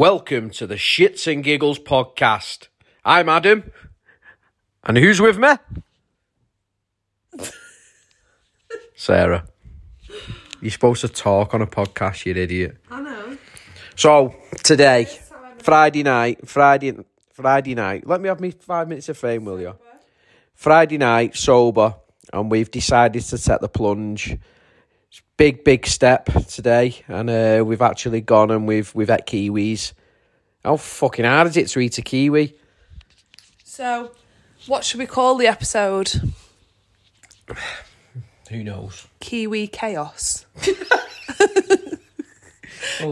Welcome to the Shits and Giggles podcast. I'm Adam, and who's with me? Sarah. You're supposed to talk on a podcast, you idiot. I know. So today, Friday night, Friday, Friday night. Let me have me five minutes of fame, will you? Friday night, sober, and we've decided to take the plunge. It's a big, big step today, and uh, we've actually gone and we've we've had kiwis. How fucking hard is it to eat a kiwi? So, what should we call the episode? Who knows? Kiwi Chaos.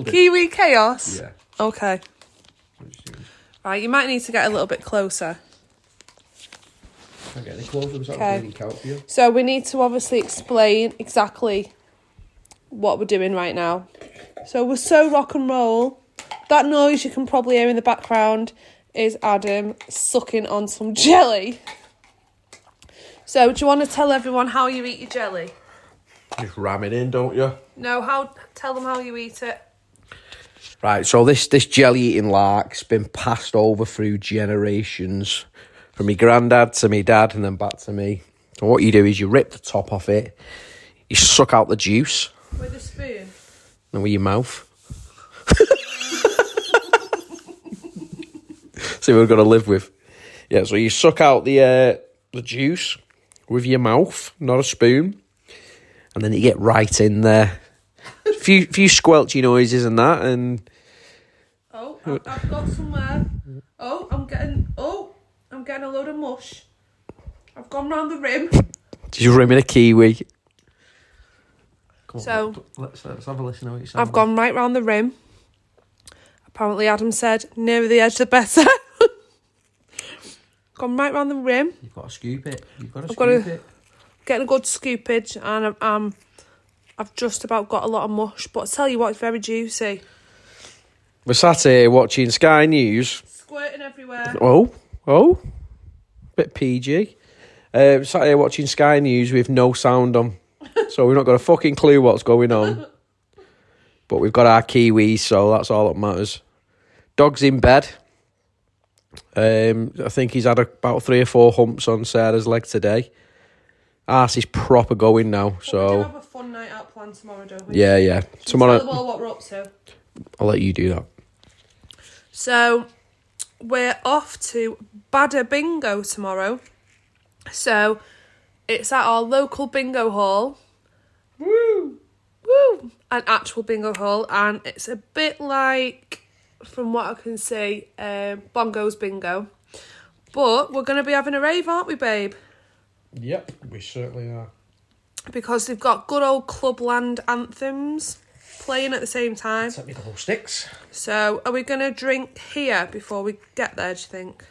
Kiwi Chaos? Yeah. Okay. Right, you might need to get a little bit closer. Okay. really So, we need to obviously explain exactly what we're doing right now. So, we're so rock and roll. That noise you can probably hear in the background is Adam sucking on some jelly. So, do you want to tell everyone how you eat your jelly? Just ram it in, don't you? No, how? Tell them how you eat it. Right, so this this jelly eating lark's been passed over through generations, from my granddad to my dad, and then back to me. So what you do is you rip the top off it, you suck out the juice, With a spoon. and with your mouth. See, we're gonna live with. Yeah, so you suck out the uh, the juice with your mouth, not a spoon, and then you get right in there. few few squelchy noises and that, and. Oh, I- I've got somewhere. Oh, I'm getting. Oh, I'm getting a load of mush. I've gone round the rim. Did you rim in a kiwi? So- let's, let's have a listen to what you I've gone right round the rim. Apparently, Adam said, "Nearer the edge, the better." gone right round the rim, You've got to scoop it. You've got to I've gotta- scoop getting a good scoopage, and I'm, um, I've just about got a lot of mush. But I tell you what, it's very juicy. We're sat here watching Sky News. Squirting everywhere. Oh, oh, bit PG. Uh, sat here watching Sky News with no sound on, so we've not got a fucking clue what's going on. But we've got our kiwis, so that's all that matters. Dog's in bed. Um, I think he's had about three or four humps on Sarah's leg today. Arse is proper going now, we do so have a fun night out planned tomorrow, don't we? yeah, yeah. Tell them Tomorrow, all what we're up to. I'll let you do that. So we're off to Bada Bingo tomorrow. So it's at our local bingo hall. Woo! Woo! An actual bingo hall, and it's a bit like, from what I can see, um, Bongo's Bingo. But we're going to be having a rave, aren't we, babe? Yep, we certainly are. Because they've got good old clubland anthems playing at the same time. Take me the whole sticks. So are we going to drink here before we get there, do you think?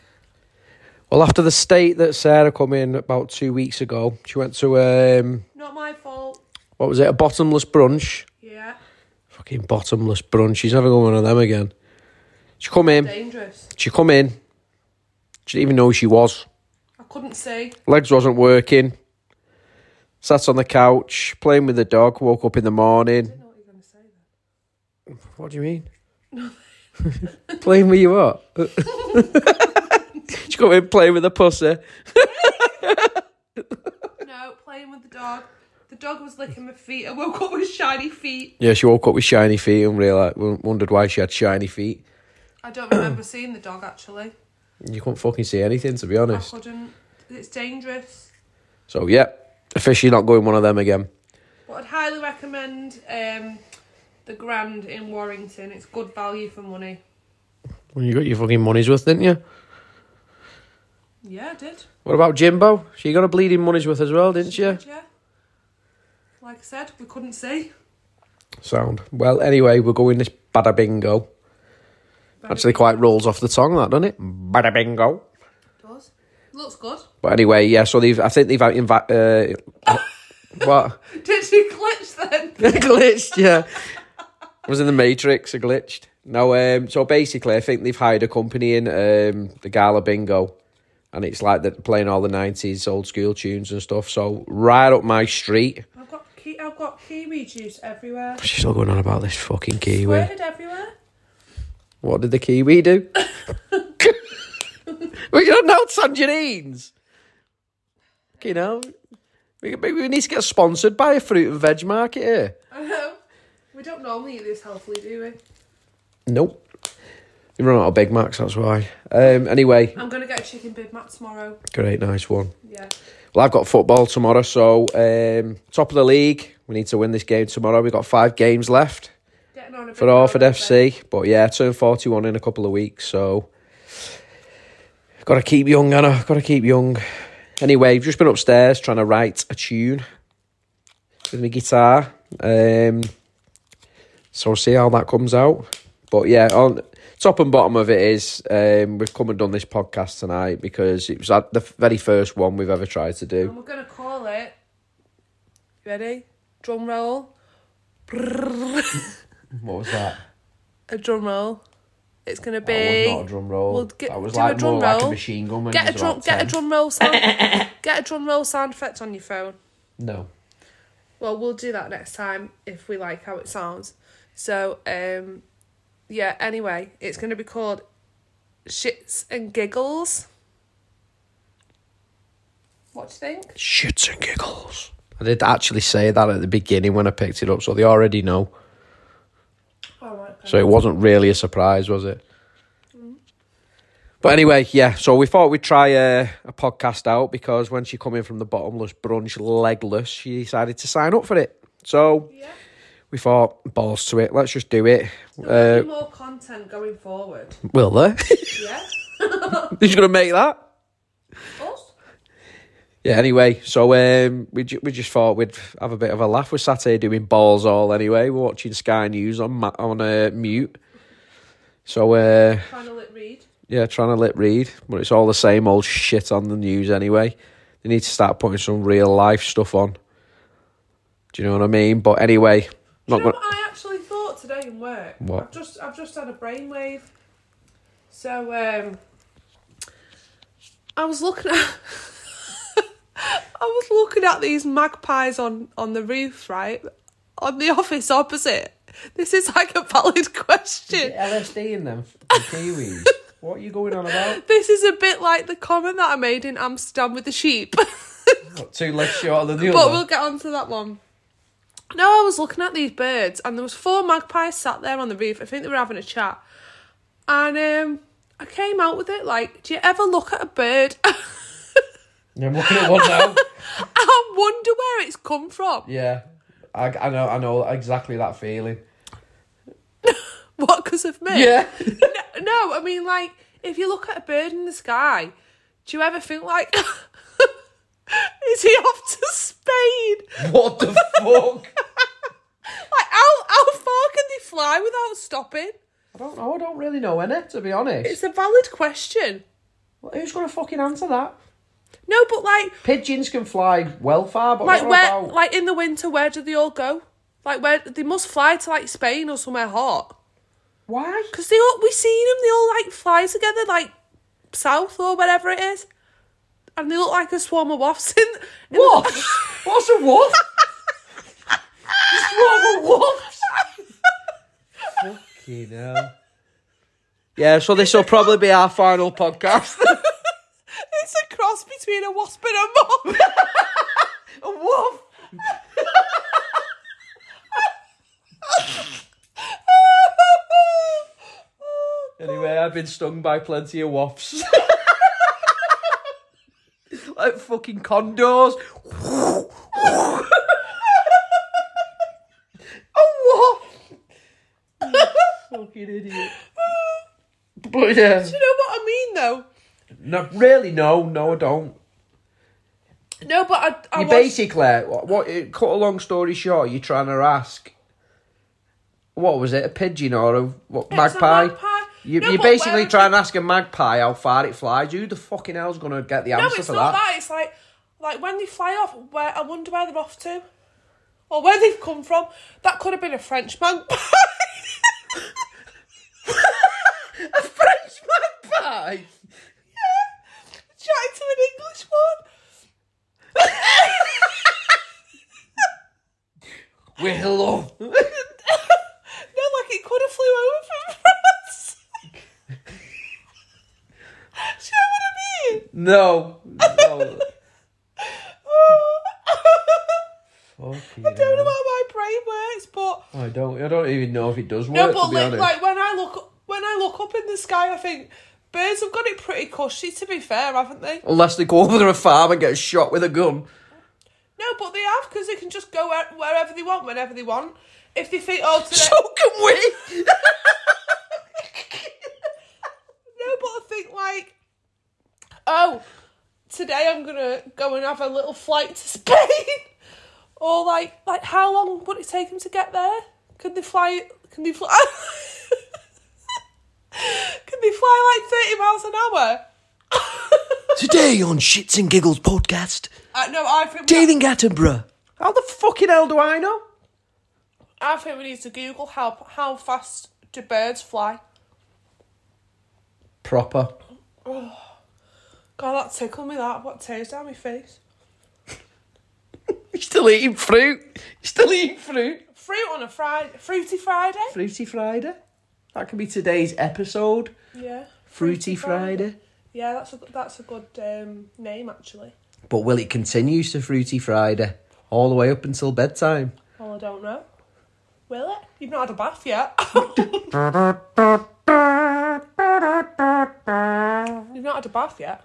Well, after the state that Sarah come in about two weeks ago, she went to um, Not my fault. what was it, a bottomless brunch? Yeah. Fucking bottomless brunch. She's never going to one of them again. She come in. Dangerous. She come in. She didn't even know who she was. I couldn't see. Legs wasn't working. Sat on the couch playing with the dog. Woke up in the morning. know what you're going to say then. What do you mean? playing with you what? she come in playing with the pussy. No, playing with the dog. The dog was licking my feet. I woke up with shiny feet. Yeah, she woke up with shiny feet and realized wondered why she had shiny feet. I don't remember seeing the dog actually. You couldn't fucking see anything, to be I honest. couldn't. It's dangerous. So, yeah, officially not going one of them again. But I'd highly recommend um, the Grand in Warrington. It's good value for money. Well, you got your fucking money's worth, didn't you? Yeah, I did. What about Jimbo? She got a bleeding money's worth as well, didn't she? Yeah. Like I said, we couldn't see. Sound. Well, anyway, we're going this bada bingo. Actually, quite rolls off the tongue, that, doesn't it? Bada bingo. Does. Looks good. But anyway, yeah, so they've, I think they've out invi- uh, What? Did she glitch then? I glitched, yeah. I was in the Matrix, I glitched. No, um, so basically, I think they've hired a company in um, the Gala Bingo, and it's like they're playing all the 90s old school tunes and stuff. So, right up my street. I've got ki- I've got kiwi juice everywhere. She's still going on about this fucking Squirted Kiwi. everywhere. What did the Kiwi do? we don't know tangerines. You know, we, we need to get sponsored by a fruit and veg market here. we don't normally eat this healthily, do we? Nope. You run out of Big Macs, that's why. Um, anyway, I'm gonna get a chicken Big Mac tomorrow. great, nice one. Yeah. Well, I've got football tomorrow, so um, top of the league. We need to win this game tomorrow. We've got five games left Getting on a for bit Orford more, then. FC. But yeah, I turn 41 in a couple of weeks, so got to keep young, Anna. Got to keep young. Anyway, I've just been upstairs trying to write a tune with my guitar. Um, so we'll see how that comes out. But yeah, on top and bottom of it is um, we've come and done this podcast tonight because it was like, the very first one we've ever tried to do. And we're gonna call it. Ready? Drum roll. What was that? A drum roll. It's gonna be. That was not a drum roll. We'll get- that was do like a drum more like a roll. machine gun. When Get it a was drum. about Get a 10. drum roll sound. get a drum roll sound effect on your phone. No. Well, we'll do that next time if we like how it sounds. So, um, yeah. Anyway, it's going to be called shits and giggles. What do you think? Shits and giggles. I did actually say that at the beginning when I picked it up, so they already know. All right. So it wasn't really a surprise, was it? But anyway, yeah. So we thought we'd try a, a podcast out because when she come in from the bottomless brunch, legless, she decided to sign up for it. So Yeah. we thought balls to it. Let's just do it. There'll Uh, be more content going forward. will there? Yeah. He's gonna make that. Us. Yeah, anyway, so um, we, ju- we just thought we'd have a bit of a laugh. We're sat here doing balls all anyway. We're watching Sky News on ma- on uh, mute. So, uh, Trying to let read. yeah, trying to lip read, but it's all the same old shit on the news anyway. They need to start putting some real life stuff on. Do you know what I mean? But anyway, Do not you know gonna, what I actually thought today in work? What? I've just I've just had a brainwave. So um I was looking at I was looking at these magpies on on the roof, right? On the office opposite. This is like a valid question. LSD in them kiwis. what are you going on about? This is a bit like the comment that I made in Amsterdam with the sheep. two legs shorter than the But we'll get on to that one. No, I was looking at these birds and there was four magpies sat there on the roof. I think they were having a chat. And um I came out with it like, do you ever look at a bird I'm looking at one now. and wonder where it's come from? Yeah, I, I know, I know exactly that feeling. What, because of me? Yeah, No, no, I mean, like, if you look at a bird in the sky, do you ever think, like, is he off to Spain? what the fuck? Like, how, how far can they fly without stopping? I don't know. I don't really know any, to be honest. It's a valid question. Who's gonna fucking answer that? No, but like, Pigeons can fly well far, but like what where about? like in the winter where do they all go like where they must fly to like spain or somewhere hot Why? because they all we seen them they all like fly together like south or whatever it is and they look like a swarm of wasps in, in What? What's a wolf? Swarm of wolves. fucking hell. Yeah, so this will probably be our final podcast. it's a cross between a wasp and a moth a wolf. Anyway, I've been stung by plenty of wops. like fucking condors. a wop. fucking idiot. But yeah. you know what i mean though No, really, no, no, I don't. no but i, I You watched- basically what, what? Cut a long story short, you're trying to ask. What was it? A pigeon or a what, It's a magpie? magpie. You, No, you're but basically where- trying to ask a magpie how far it flies. Who the fucking hell's gonna get the no answer it's for not that. that? it's like like when they fly off where i wonder where they're off to or where they've come from that could have been a french magpie French magpie. chat to an English one. Willow. No, like it could have flew over from France. No. no. Fucking Oh. I don't hell. know how my brain works, but I don't. I don't even know if it does work. no, but to be like, honest. like when I look when I look up in the sky, I think birds have got it pretty cushy. To be fair, haven't they? Unless they go over to a farm and get shot with a gun. No, but they have because they can just go where- wherever they want, whenever they want. If they think, oh, today. So can we. No, but I think like, oh, today I'm gonna go and have a little flight to Spain, or like, like how long would it take them to get there? Could they fly? Can they fly? Can they fly like thirty miles an hour? Today on Shits and Giggles podcast, Uh, no, I think we, David Attenborough. How the fucking hell do I know? I think we need to Google how how fast do birds fly. Proper. God, that tickled me. That what tears down my face. You're still eating fruit. You're still eating fruit. Fruit on a Friday, fruity Friday. Fruity Friday. That could be today's episode. Yeah. Fruity Friday. Yeah, that's a that's a good um, name actually. But will it continue to Fruity Friday all the way up until bedtime? Well, I don't know. Will it? You've not had a bath yet. You've not had a bath yet.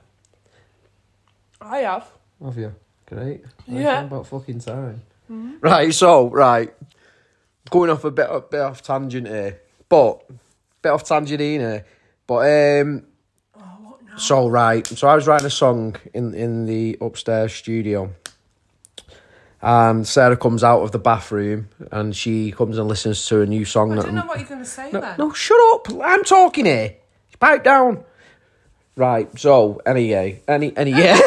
I have. Have you? Great. Yeah. Mm-hmm. About fucking time. Right. So right, going off a bit, a bit off tangent here, but bit off tangent here. But um, Oh, what now? so right, so I was writing a song in in the upstairs studio, and Sarah comes out of the bathroom and she comes and listens to a new song I that don't know I'm what you're going to say no, then. no, shut up. I'm talking here. Pipe down. Right, so, any yay. Any, any yay.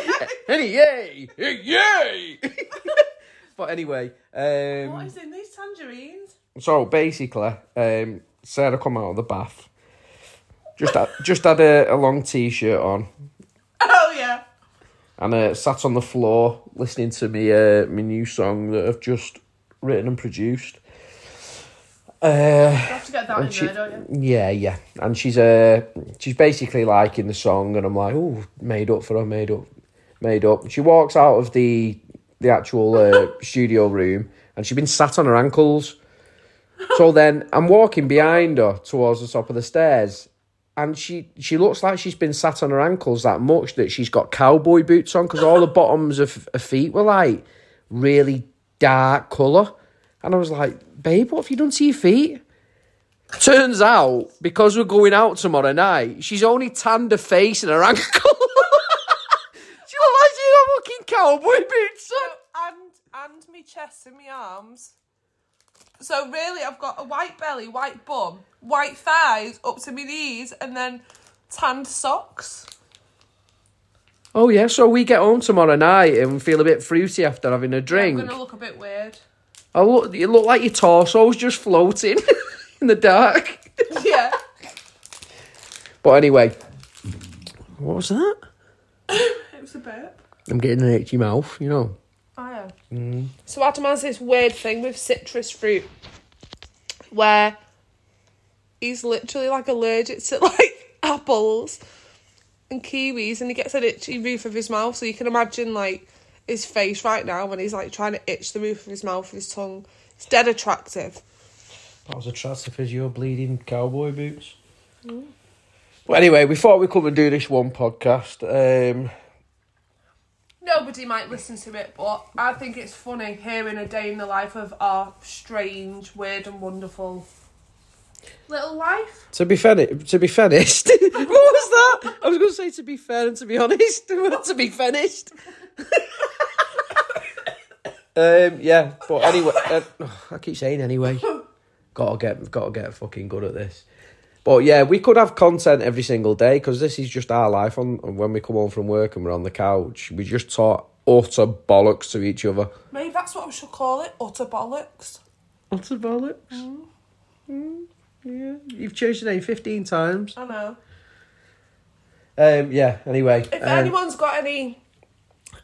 any yay. Yay. but anyway, What um, is in these tangerines? so basically, um, Sarah come out of the bath. Just had, just had a, a long t-shirt on Oh yeah. and uh, sat on the floor listening to me uh, my new song that I've just written and produced. Uh, You have to get that in And she- there, don't you? Yeah, yeah. And she's uh she's basically liking the song and I'm like, oh, made up for her, made up made up. She walks out of the the actual uh, studio room and she's been sat on her ankles. So then I'm walking behind her towards the top of the stairs and she she looks like she's been sat on her ankles that much that she's got cowboy boots on because all the bottoms of her feet were like really dark colour. And I was like, babe, what have you done to your feet? Turns out, because we're going out tomorrow night, she's only tanned her face and her ankle. she looks like she's got fucking cowboy boots on. So, and and me chest and me arms. So really, I've got a white belly, white bum, white thighs up to my knees, and then tanned socks. Oh, yeah, so we get home tomorrow night and feel a bit fruity after having a I'm drink. gonna look a bit weird. I look, you look like your torso's just floating in the dark. yeah. But anyway, what was that? It was a burp. I'm getting an itchy mouth, you know. I am. So Adam has this weird thing with citrus fruit, where he's literally like allergic to like apples and kiwis, and he gets an itchy roof of his mouth. So you can imagine like his face right now when he's like trying to itch the roof of his mouth with his tongue. It's dead attractive. That was attractive as your bleeding cowboy boots. But anyway, we thought we'd come and do this one podcast. Um, Nobody might listen to it, but I think it's funny hearing a day in the life of our strange, weird, and wonderful little life. To be fair, to be finished. what was that? I was going to say to be fair and to be honest. to be finished. um, yeah, but anyway, uh, I keep saying anyway. Gotta get, gotta get fucking good at this. But yeah, we could have content every single day because this is just our life. On and when we come home from work and we're on the couch, we just talk utter bollocks to each other. Maybe that's what we should call it, utter bollocks. Utter bollocks. Mm-hmm. Yeah, you've changed the name fifteen times. I know. Um, yeah. Anyway, If um, anyone's got any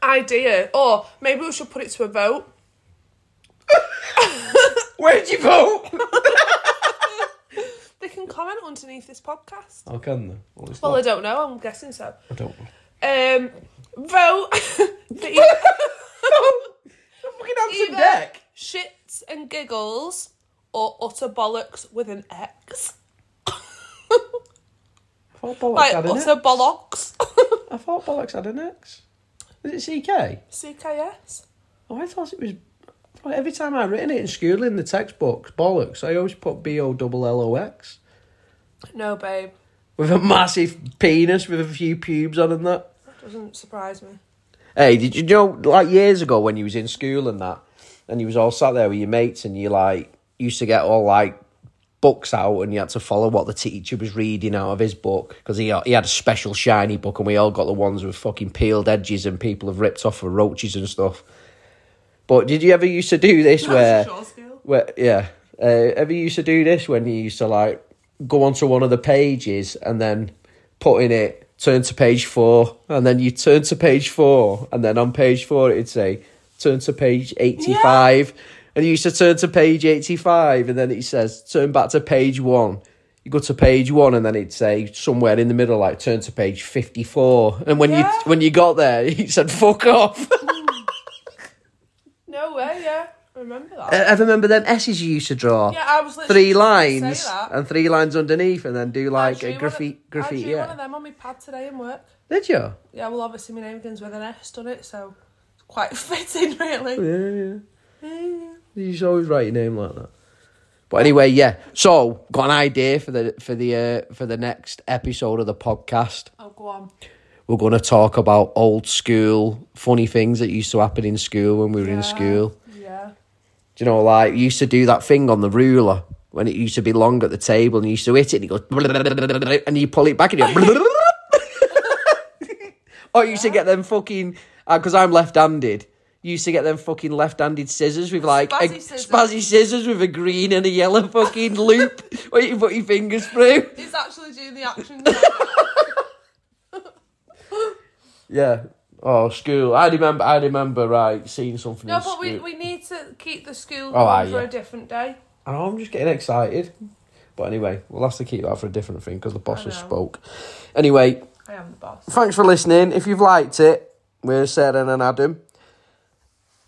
idea, or maybe we should put it to a vote. Where'd you vote? They can comment underneath this podcast. I can though. Well, it's Well, I not- don't know. I'm guessing so. I don't. Um, vote for either, Fucking handsome either deck. shits and giggles or utter bollocks with an X. thought bollocks like had an utter X. bollocks. I thought bollocks had an X. Is it CK? CKS. Oh, I thought it was. Well, every time I written it in school in the textbooks, bollocks, I always put B O double L O X No, babe. with a massive penis with a few pubes on and that. That doesn't surprise me. Hey, did you know like years ago when you was in school and that, and you was all sat there with your mates and you like used to get all like books out and you had to follow what the teacher was reading out of his book because he he had a special shiny book and we all got the ones with fucking peeled edges and people have ripped off for roaches and stuff. But did you ever used to do this That's where? a short scale. Well, yeah. Uh, ever used to do this when you used to like go onto one of the pages and then put in it, turn to page four, and then you turn to page four, and then on page four it'd say, turn to page 85. And you used to turn to page 85, and then it says, turn back to page one. You go to page one, and then it'd say somewhere in the middle, like turn to page 54. And when Yeah. you when you got there, it said, fuck off. No way, yeah. I remember that. I I remember them S's you used to draw. Yeah, I was literally Uh, three just gonna say lines that. and three lines underneath, and then do I like drew a one graffiti. of- I Graffiti. drew one of Yeah. them on my pad today in work. Did you? Yeah, well, obviously my name begins with an S, doesn't it? So it's quite fitting, really. Yeah, yeah. You used to always write your name like that. But anyway, yeah. So got an idea for the for the uh, for the next episode of the podcast. Oh, go on. We're going to talk about old school funny things that used to happen in school when we were Yeah. in school. Yeah. Do you know, like you used to do that thing on the ruler when it used to be long at the table and you used to hit it and it goes and you pull it back and you Or you used to get them fucking because I'm left handed. You used to get them fucking left handed scissors with like a, Spazzy scissors. spazzy scissors with a green and a yellow fucking loop where you put your fingers through. It's actually doing the action. Yeah. Oh, school. I remember. I remember. Right, seeing something. no, in but we, school. we need to keep the school Oh, going aye, for yeah. a different day. I know, I'm just getting excited. But anyway, we'll have to keep that for a different thing because the boss has know. spoke. Anyway, I am the boss. thanks for listening. If you've liked it, we're Sarah and Adam.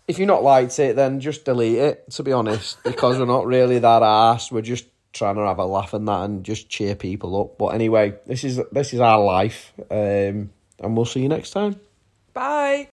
If you've not liked it, then just delete it, to be honest, because we're not really that arsed. We're just trying to have a laugh and that and just cheer people up. But anyway, this is this is our life. Um, and we'll see you next time. Bye.